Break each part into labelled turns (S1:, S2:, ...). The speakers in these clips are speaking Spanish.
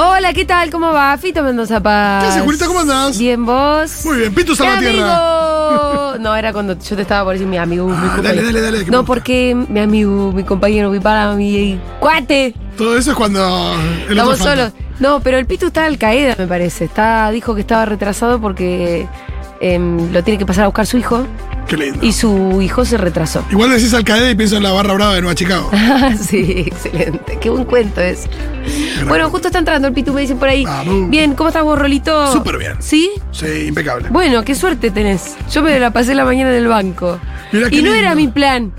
S1: Hola, ¿qué tal? ¿Cómo va? Fito Mendoza Paz.
S2: ¿Qué haces, Julita? ¿Cómo andás?
S1: Bien, vos.
S2: Muy bien, Pitu
S1: ¡Mi
S2: Salvatierra.
S1: amigo! No, era cuando yo te estaba por decir mi amigo, mi
S2: Ah,
S1: compañero.
S2: dale, dale, dale. que me
S1: No,
S2: gusta.
S1: porque mi amigo, mi compañero, mi para, mi cuate.
S2: Todo eso es cuando. El otro
S1: Estamos
S2: falta.
S1: solos. No, pero el Pitu está al caída, me parece. Está, dijo que estaba retrasado porque em, lo tiene que pasar a buscar su hijo.
S2: Qué lindo.
S1: Y su hijo se retrasó. Ah,
S2: Igual decís al caer y pienso en la barra brava de Nueva Chicago.
S1: sí, excelente. Qué buen cuento es. Bueno, justo está entrando el Pitu, me dicen por ahí.
S2: Vamos.
S1: Bien, ¿cómo estás vos, Rolito?
S2: Súper bien.
S1: ¿Sí?
S2: Sí, impecable.
S1: Bueno, qué suerte tenés. Yo me la pasé la mañana en el banco.
S2: Mirá qué
S1: y no
S2: lindo.
S1: era mi plan,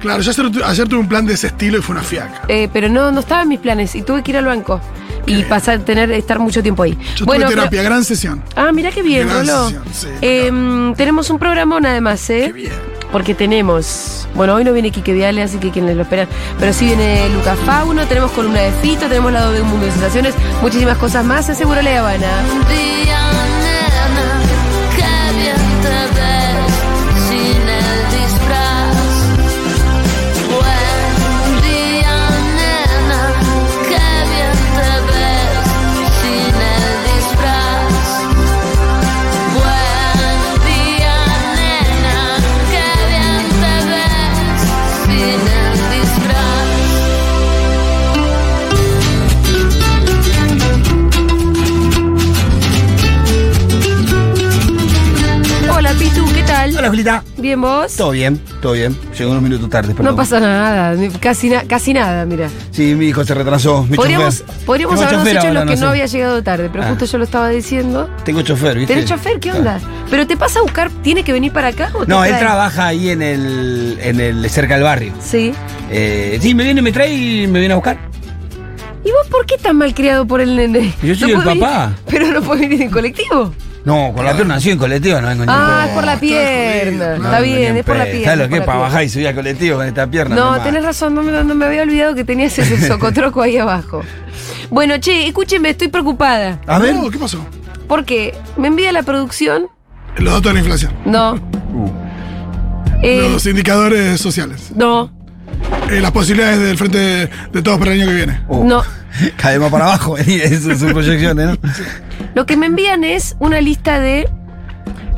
S2: Claro, yo ayer, tu- ayer tuve un plan de ese estilo y fue una fiaca.
S1: eh, pero no, no estaba en mis planes y tuve que ir al banco y pasar, tener, estar mucho tiempo ahí.
S2: Yo
S1: bueno,
S2: tuve terapia,
S1: pero-
S2: gran sesión.
S1: ah, mirá qué bien,
S2: Gran
S1: Rolo.
S2: sesión, sí,
S1: Eh, tenemos un programón además, ¿eh?
S2: Qué bien.
S1: Porque tenemos. Bueno, hoy no viene Quique Viale, así que quienes lo esperan. Pero sí viene Lucas Fauno, tenemos columna de Fito, tenemos la doble mundo de sensaciones, muchísimas cosas más en Seguro La Habana.
S3: Día, nena, qué bien te ves sin el disfraz. Buen día, nena, qué bien te ves sin el disfraz. Buen día, nena, qué bien te ves sin el disfraz.
S1: Hola, Pitu, ¿qué tal?
S4: Hola, Julita.
S1: ¿Bien vos?
S4: Todo bien, todo bien. Llegó unos minutos tarde, perdón.
S1: No pasa nada, ni- casi, na- casi nada, mira.
S4: Sí, mi hijo se retrasó. Mi
S1: Podríamos,
S4: chofer.
S1: podríamos
S4: Tengo
S1: habernos
S4: chofer
S1: hecho
S4: ahora,
S1: lo que no,
S4: sé.
S1: había llegado tarde, pero
S4: Ah.
S1: justo yo lo estaba diciendo.
S4: Tengo chofer, ¿viste?
S1: ¿Tenés chofer? ¿Qué
S4: Claro.
S1: onda? ¿Pero te pasa a buscar? ¿Tiene que venir para acá o te
S4: No, él
S1: trae?
S4: trabaja ahí en el, en el cerca del barrio.
S1: Sí.
S4: Eh, sí, me viene, me trae y me viene a buscar.
S1: ¿Y vos por qué tan malcriado por el nene?
S4: Yo soy el
S1: puede venir-
S4: papá.
S1: pero no puede venir en colectivo.
S4: No, con la pierna así en colectivo, no vengo ni en
S1: Ah, es por la
S2: está
S1: pierna.
S2: jodido,
S4: no
S1: Está
S4: vengo ni
S1: bien,
S4: en
S1: es por la
S4: pedo.
S1: pierna.
S4: ¿Sabes lo
S1: es
S4: que es
S1: por
S4: para
S1: la
S4: bajar
S1: pierna.
S4: y subir a colectivo con esta pierna?
S1: No,
S4: nomás?
S1: tenés razón, no me, no me había olvidado que tenías ese socotroco ahí abajo. Bueno, che, escúcheme, estoy preocupada.
S4: A ver.
S2: No, ¿qué pasó?
S1: Porque me envía la producción.
S2: Los datos de la inflación.
S1: No.
S4: Uh,
S1: Eh,
S2: Los indicadores sociales.
S1: no.
S2: Eh, las posibilidades del frente de, de todos para el año que viene.
S4: Oh.
S1: No.
S4: Caemos para abajo en sus sus proyecciones, ¿no?
S1: Lo que me envían es una lista de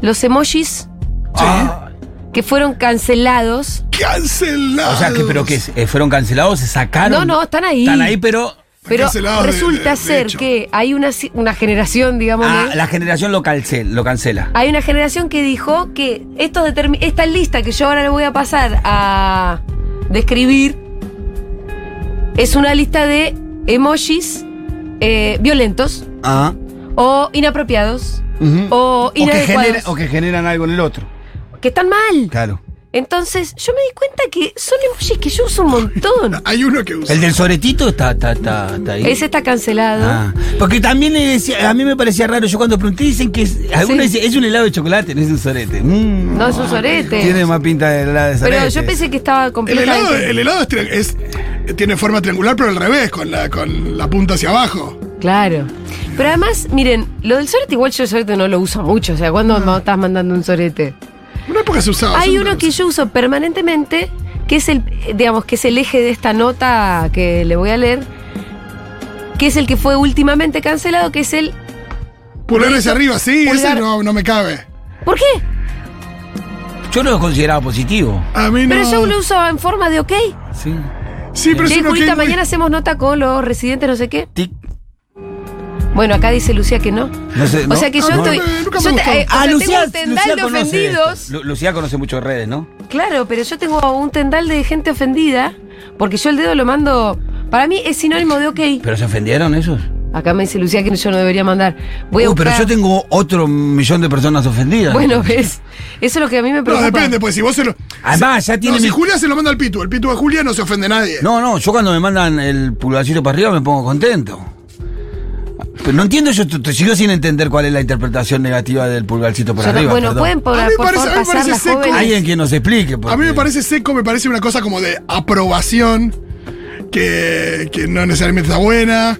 S1: los emojis
S4: Ah,
S1: que fueron cancelados.
S2: ¡Cancelados!
S4: o sea, que, pero que eh, fueron cancelados, se
S1: No,
S4: sacaron.
S1: no, están ahí.
S4: Ah, Están ahí, pero
S1: pero
S2: Cancelados de-
S1: resulta
S2: de- de
S1: ser
S2: hecho.
S1: que hay una, ci- una generación, digamos.
S4: ah,
S1: ¿eh?
S4: la generación lo, cancel, lo cancela.
S1: Hay una generación que dijo que estos determi- esta lista que yo ahora le voy a pasar a describir es una lista de emojis eh, violentos
S4: Ah.
S1: o inapropiados
S4: Ujú.
S1: o
S4: O que,
S1: inadecuados.
S4: genera- o que generan algo en el otro.
S1: que están mal.
S4: Claro.
S1: Entonces, yo me di cuenta que son emojis que yo uso un montón.
S2: Hay uno que usa.
S4: El del soretito está, está, está, está ahí.
S1: Ese está cancelado.
S4: Ah, porque también le decía, a mí me parecía raro, yo cuando pregunté dicen que es, algunos
S1: Sí.
S4: dicen, es un helado de chocolate, no es un sorete. Mm.
S1: No es un sorete.
S4: Tiene más pinta de helado de sorete.
S1: Pero yo pensé que estaba
S2: El helado,
S1: completamente.
S2: el helado es tri- es- tiene forma triangular, pero al revés, con la, con la punta hacia abajo.
S1: Claro. Pero además, miren, lo del sorete, igual yo el sorete no lo uso mucho. O sea, ¿cuándo me estás mandando un sorete?
S2: Una época se usaba.
S1: Hay
S2: siempre
S1: uno que
S2: se
S1: yo uso permanentemente, que es el, eh, digamos, que es el eje de esta nota que le voy a leer, que es el que fue últimamente cancelado, que es el.
S2: usa. Pulgar hacia arriba, sí,
S1: Pulgar-
S2: ese no, no me cabe.
S1: ¿Por qué?
S4: Yo no lo consideraba positivo.
S2: A mí no.
S1: Pero yo lo uso en forma de ok.
S4: Sí.
S2: Sí, pero es
S1: Che,
S2: uno
S1: Julita,
S2: que-
S1: mañana hacemos nota con los residentes, no sé qué.
S4: Tic.
S1: Bueno, acá dice Lucía que no.
S4: No sé,
S1: O
S4: no.
S1: sea que yo
S2: Ah, no,
S1: estoy.
S2: me- nunca me
S1: yo
S2: gustó.
S1: eh, o sea,
S4: Ah,
S1: tengo
S4: Lucía,
S1: un tendal
S4: Lucía
S1: de
S4: conoce esto.
S1: ofendidos.
S4: Lu- Lucía conoce mucho de redes, ¿no?
S1: Claro, pero yo tengo un tendal de gente ofendida porque yo el dedo lo mando. Para mí es sinónimo de ok.
S4: Pero se ofendieron esos.
S1: Acá me dice Lucía que yo no debería mandar. Voy a
S4: Uh, pero
S1: buscar-
S4: yo tengo otro millón de personas ofendidas.
S1: Bueno, ves. Eso es lo que a mí me
S2: No,
S1: preocupa.
S2: depende, pues si vos se lo.
S4: Además, ya tiene
S2: No, si
S4: mi-
S2: Julia se lo manda al Pitu, el Pitu a Julia no se ofende nadie.
S4: No, no, yo cuando me mandan el pulgarcito para arriba me pongo contento. Pero no entiendo, yo te, te sigo sin entender cuál es la interpretación negativa del pulgarcito
S1: Yo
S4: para
S1: no-
S4: arriba.
S1: bueno,
S4: perdón.
S1: pueden por,
S2: A mí me
S1: por
S2: parece-
S1: favor
S2: a mí me
S1: pasar
S2: parece
S1: las
S2: seco.
S1: jóvenes.
S4: Alguien que nos explique.
S2: A mí
S4: porque-
S2: me parece seco, me parece una cosa como de aprobación que, que no necesariamente está buena.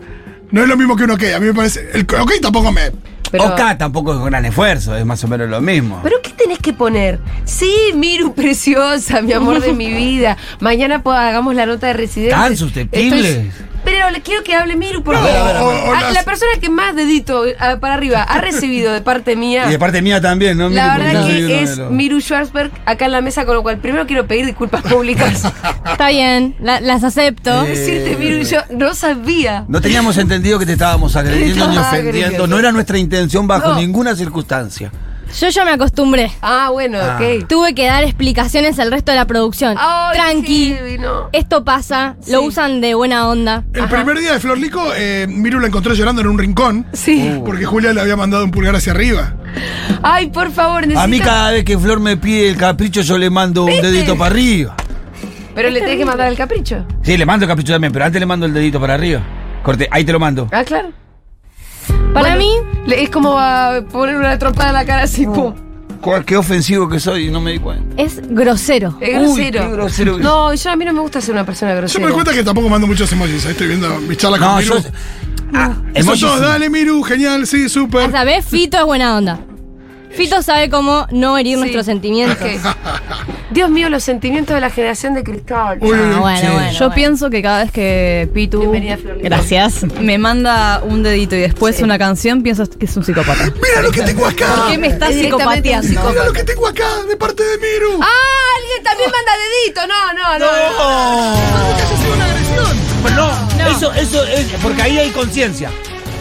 S2: No es lo mismo que un ok. A mí me parece. El ok tampoco me.
S1: Pero,
S4: Oca tampoco es un gran esfuerzo, es más o menos lo mismo.
S1: ¿Pero qué tenés que poner? Sí, Miru, preciosa, mi amor de mi vida. Mañana po- hagamos la nota de residentes.
S4: Tan susceptibles.
S1: Estoy- pero le- quiero que hable Miru, porque
S2: No,
S4: A ver, a ver, a ver.
S2: o- o
S1: Ah,
S2: las-
S1: la persona que más dedito eh, para arriba ha recibido de parte mía.
S4: Y de parte mía también, ¿no?
S1: La
S4: Mire,
S1: verdad
S4: porque yo soy
S1: que
S4: uno
S1: es
S4: de los-
S1: Miru Schwarzberg acá en la mesa, con lo cual primero quiero pedir disculpas públicas.
S3: Está bien, la- las acepto.
S4: Eh,
S1: Decirte, Miru, yo no sabía.
S4: No teníamos entendido que te estábamos agrediendo ni
S1: Estaba
S4: ofendiendo.
S1: agrediendo.
S4: No era nuestra intención bajo
S1: No.
S4: ninguna circunstancia.
S3: Yo ya me acostumbré.
S1: Ah, bueno,
S4: Ah.
S1: ok.
S3: Tuve que dar explicaciones al resto de la producción.
S1: Ay,
S3: Tranqui,
S1: heavy, no.
S3: esto pasa, lo
S1: Sí.
S3: usan de buena onda.
S2: El primer día de Florlico, eh, Miru la encontró llorando en un rincón
S1: Sí.
S4: Uh.
S2: porque Julia le había mandado un pulgar hacia arriba.
S1: Ay, por favor, necesito.
S4: A mí cada vez que Flor me pide el capricho, yo le mando un
S1: ¿Viste?
S4: dedito para arriba.
S1: Pero le tenés que mandar el capricho.
S4: Sí, le mando el capricho también, pero antes le mando el dedito para arriba. Corte, ahí te lo mando.
S1: Ah, claro. Bueno,
S3: Para
S1: Oh.
S3: mí,
S1: le- es como a poner una trompada en la cara así, pum.
S4: Cuál- Qué ofensivo que soy, no me di cuenta.
S3: es grosero.
S1: Es
S4: Uy,
S1: grosero.
S4: qué grosero que
S1: no, yo a mí no me gusta ser una persona
S2: Yo
S1: grosera.
S2: me doy cuenta que tampoco mando muchos emojis. Ahí estoy viendo mis charlas con
S4: No, yo.
S2: Miru.
S4: Ah,
S2: Son
S4: emojis-
S2: todos, dale Miru, genial, sí,
S3: O
S2: súper.
S3: sea, ¿ves? Fito es buena onda. Fito sabe cómo no herir
S1: Sí.
S3: nuestros sentimientos.
S1: Ok. Dios mío, los sentimientos de la generación de cristal.
S2: Uy, uy, uy.
S3: Ah, bueno,
S4: Sí.
S3: bueno.
S5: Yo
S3: bueno.
S5: pienso que cada vez que Pitu
S1: Bienvenida, Florlita.
S3: Gracias.
S5: me manda un dedito y después
S1: Sí.
S5: una canción, pienso que es un psicópata.
S2: Mira lo que tengo acá.
S5: ¿Qué me estás
S1: Es directamente un
S5: psicopateando?
S2: Mira lo que tengo acá de parte de Miru.
S1: ¡Ah! Alguien también manda dedito. No, no, no.
S4: Pero Pues no, Eso, eso es. Porque ahí hay conciencia.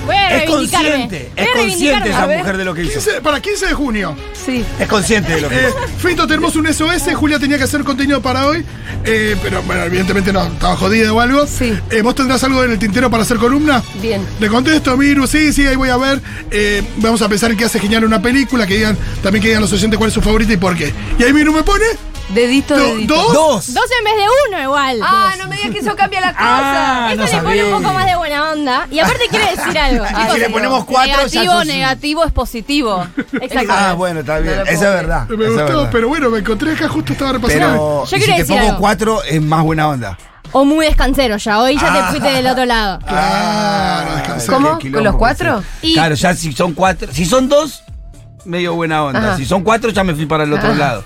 S3: Voy a
S4: Es
S3: reivindicarme.
S4: consciente.
S3: Voy
S4: Es
S3: a
S4: consciente
S3: reivindicarme.
S4: esa mujer de lo que hizo.
S2: 15 para 15 de junio.
S1: Sí.
S4: Es consciente de lo que
S2: Eh,
S4: hizo.
S2: Fito, tenemos un SOS. Julia tenía que hacer contenido para hoy. Eh, pero bueno, evidentemente no, estaba jodida o algo.
S1: Sí.
S2: Eh, ¿Vos tendrás algo en el tintero para hacer columna?
S1: Bien.
S2: Le contesto, Miru, sí, sí, ahí voy a ver. Eh, vamos a pensar en qué hace genial una película, que digan, también que digan los oyentes cuál es su favorita y por qué. Y ahí Miru me pone
S1: Dedito,
S2: do-
S1: dedito.
S2: dos.
S4: Dos.
S3: Dos en vez de uno igual.
S1: Ah, no me digas que eso cambia la cosa.
S4: Ah,
S3: Eso
S4: no
S3: le pone
S4: sabía. Ah,
S3: un poco más de buena onda. Y aparte quiere decir algo.
S4: Y si le ponemos cuatro, ya
S5: Negativo,
S4: sos-
S5: negativo es positivo.
S3: Exacto.
S4: Ah, bueno, está bien.
S1: No lo
S4: Esa es
S1: puedo
S4: verdad.
S2: Me
S4: esa es
S2: gustó,
S4: verdad.
S2: pero bueno, me encontré acá, justo estaba repasando.
S3: Yo
S4: Pero y si
S3: quiero
S4: te
S3: decir
S4: pongo
S3: algo.
S4: cuatro, es más buena onda.
S3: O muy descansero ya. Hoy ya
S4: Ah.
S3: te fuiste del otro lado.
S2: Claro, descansé.
S1: Ah, ¿Cómo?
S4: qué
S1: ¿Con los cuatro?
S4: que sí.
S3: Y-
S4: Claro, ya si son cuatro. Si son dos, medio buena onda.
S1: Ajá. Ah.
S4: Si son cuatro, ya me fui para el otro lado.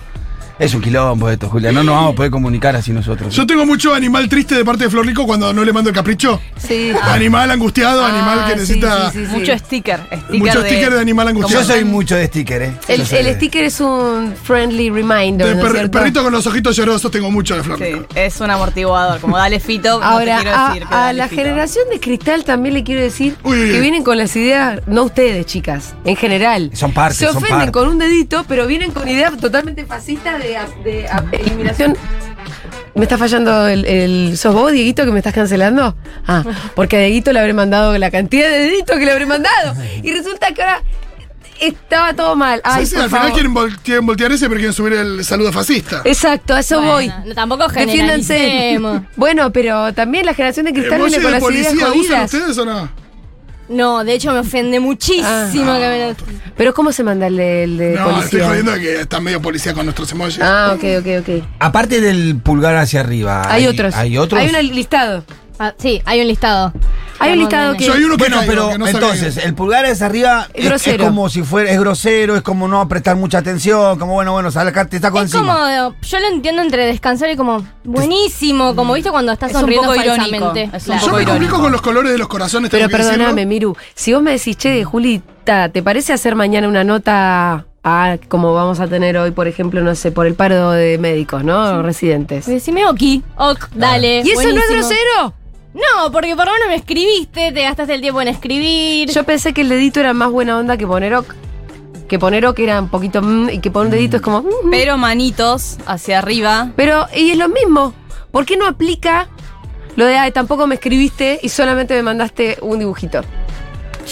S4: Es un quilombo esto, Julia. No nos vamos a poder comunicar así nosotros.
S2: Yo tengo mucho animal triste de parte de Florrico cuando no le mando el capricho.
S1: Sí.
S2: Animal angustiado,
S1: Ah,
S2: animal que
S1: sí,
S2: necesita.
S1: sí, sí, sí.
S5: Mucho sticker. sticker
S2: Mucho sticker de animal
S4: Yo
S2: angustiado.
S4: soy mucho de sticker, ¿eh?
S1: El,
S4: Yo soy
S1: el
S4: de-
S1: sticker es un friendly
S2: De
S1: reminder. ¿no es
S2: per-
S1: cierto?
S2: perrito con los ojitos llorosos tengo mucho de Florrico.
S5: Sí, es un amortiguador. Como dale fito, no te
S1: Ahora,
S5: quiero
S1: a-
S5: decir que
S1: a,
S5: dale
S1: la
S5: fito.
S1: generación de cristal también le quiero decir
S2: Uy, uy, uy.
S1: que vienen con las ideas, no ustedes, chicas, en general.
S4: Son partes,
S1: Se
S4: son
S1: ofenden
S4: partes.
S1: con un dedito, pero vienen con ideas totalmente fascistas de, a- de a- eliminación. Me está fallando el, el. ¿Sos vos, Dieguito, que me estás cancelando? Ah, porque a Dieguito le habré mandado la cantidad de deditos que le habré mandado. Y resulta que ahora estaba todo mal. Ay,
S2: Sí, sí,
S1: por
S2: al final
S1: favor.
S2: quieren, vol- quieren voltear ese, pero quieren subir el saludo fascista.
S1: Exacto, a eso
S3: Bueno,
S1: voy.
S3: no, tampoco
S1: Defiéndanse.
S3: generalicemos.
S1: Bueno, pero también la generación de cristal
S2: ¿Emojis
S1: viene con
S2: Eh, de
S1: las
S2: policía
S1: ideas
S2: usan
S1: jodidas.
S2: ustedes o no?
S3: No, de hecho me ofende muchísimo
S1: Ah.
S3: que me lo-
S1: Pero ¿cómo se manda el de, el de
S2: no, estoy
S1: Eh, policía?
S2: jodiendo de que está medio policía con nuestros emojis.
S1: Ah, ok, ok, ok.
S4: Aparte del pulgar hacia arriba.
S1: Hay, otros.
S4: Hay otros.
S1: Hay un listado.
S3: Ah, sí, hay un listado.
S1: Hay un listado
S3: Perdónenme.
S1: que-
S2: Yo hay uno que
S4: Bueno,
S2: caigo,
S4: pero
S2: que no sabía.
S4: entonces, el pulgar hacia arriba
S1: Es
S4: es,
S1: grosero.
S4: es como si fuera, es grosero, es como no prestar mucha atención, como bueno, bueno, sacarte, está con
S3: Es como, yo lo entiendo entre descansar y como, buenísimo, como viste cuando estás
S5: Es un
S3: sonriendo
S5: poco irónico,
S3: falsamente.
S5: es un
S3: Claro.
S2: Yo
S5: poco
S2: me
S5: irónico.
S2: complico con los colores de los corazones, tengo
S1: Pero
S2: que decirlo.
S1: perdóname, Miru, si vos me decís, che, Julita, ¿te parece hacer mañana una nota a- como vamos a tener hoy, por ejemplo, no sé, por el paro de médicos, ¿no? Residentes.
S3: Decime ok, ok, dale.
S1: ¿Y eso no es
S3: buenísimo.
S1: grosero?
S3: No, porque por lo menos me escribiste, te gastaste el tiempo en escribir.
S1: Yo pensé que el dedito era más buena onda que poner ok. Que poner ok era un poquito mm, y que poner un dedito es como. mm, mm.
S5: Pero manitos hacia arriba.
S1: Pero, y es lo mismo. ¿Por qué no aplica lo de, ay, tampoco me escribiste y solamente me mandaste un dibujito?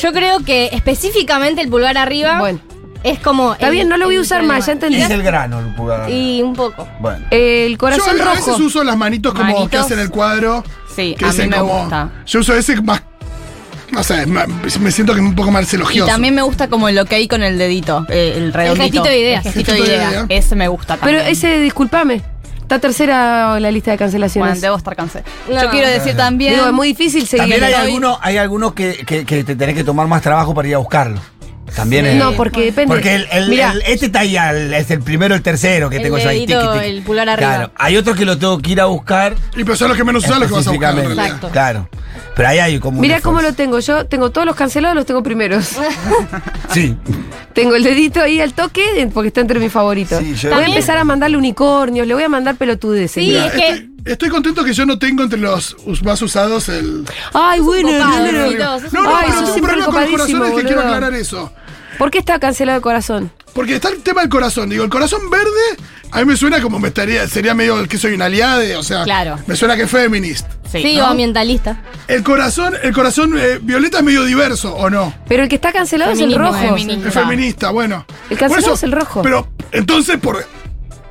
S3: Yo creo que específicamente el pulgar arriba
S1: Bueno,
S3: es como.
S1: está
S3: el-
S1: bien, no lo voy a
S3: el
S1: usar más, ya
S3: problema.
S1: entendí.
S4: Es el grano el pulgar.
S3: Y un poco.
S4: Bueno.
S1: El
S2: Yo
S1: corazón
S2: a a
S1: rojo.
S2: veces uso las manitos como que
S5: Manitos.
S2: hacen el cuadro.
S5: Sí,
S2: Que
S5: a mí
S2: dicen
S5: me
S2: como-
S5: gusta.
S2: Yo uso ese más. No sé, ma- me siento que es un poco más
S5: Y
S2: elogioso.
S5: también me gusta como el ok con el dedito, eh, el redondito.
S3: gestito de idea.
S5: El gestito de
S2: Gestito de
S5: idea.
S2: idea.
S5: Ese me gusta
S1: Pero
S5: también.
S1: ese, discúlpame, está tercera en la lista de
S5: Bueno,
S1: cancelaciones.
S5: debo estar cansado.
S3: No.
S5: Yo quiero decir también.
S1: Digo, es muy difícil seguir.
S4: También hay
S1: Hoy-
S4: algunos, hay algunos que, que- que te tenés que tomar más trabajo para ir a buscarlo.
S6: También es.
S1: No, porque depende.
S4: Porque el, el-
S1: Mirá,
S4: el- este está ahí, al- es el primero, el tercero que
S5: El
S4: tengo yo ahí.
S5: dedito,
S4: tiqui, tiqui.
S5: el pulgar arriba.
S4: Claro, hay otros que lo tengo que ir a buscar.
S2: Y pero son los que menos usás los que vas a buscar. en
S4: específicamente.
S2: realidad.
S5: Exacto.
S4: Claro. Pero ahí hay como.
S1: mirá
S4: una
S1: cómo lo
S4: fuerza.
S1: tengo. Yo tengo todos los cancelados, los tengo primeros.
S4: Sí.
S1: Tengo el dedito ahí al toque eh, porque está entre mis favoritos.
S6: Sí, yo-
S1: voy a
S6: También-
S1: empezar a mandarle unicornios, le voy a mandar pelotudeces.
S3: Sí,
S1: Mirá.
S3: es que.
S2: Estoy, estoy contento que yo no tengo entre los us- más usados el.
S1: Ay, bueno,
S3: copado,
S1: no, no, no.
S3: Dios, es
S2: No,
S3: un
S2: no,
S1: Ay,
S2: pero
S1: sos
S2: tu
S1: siempre
S2: problema con el corazón
S1: copadísimo,
S2: es que quiero
S1: boludo.
S2: aclarar eso.
S1: ¿Por qué está cancelado el corazón?
S2: Porque está el tema del corazón. Digo, el corazón verde a mí me suena como me estaría, sería medio el que soy una aliade, o sea,
S5: Claro.
S2: me suena que es feminist.
S5: Sí,
S3: Sí,
S5: ¿no?
S3: o ambientalista.
S2: El corazón, el corazón eh, violeta es medio diverso, ¿o no?
S1: Pero el que está cancelado
S5: Feminismo,
S1: es el rojo.
S5: feminismo.
S2: Es
S5: Ah.
S2: feminista, bueno.
S1: El cancelado
S2: Por eso-
S1: es el rojo.
S2: Pero entonces por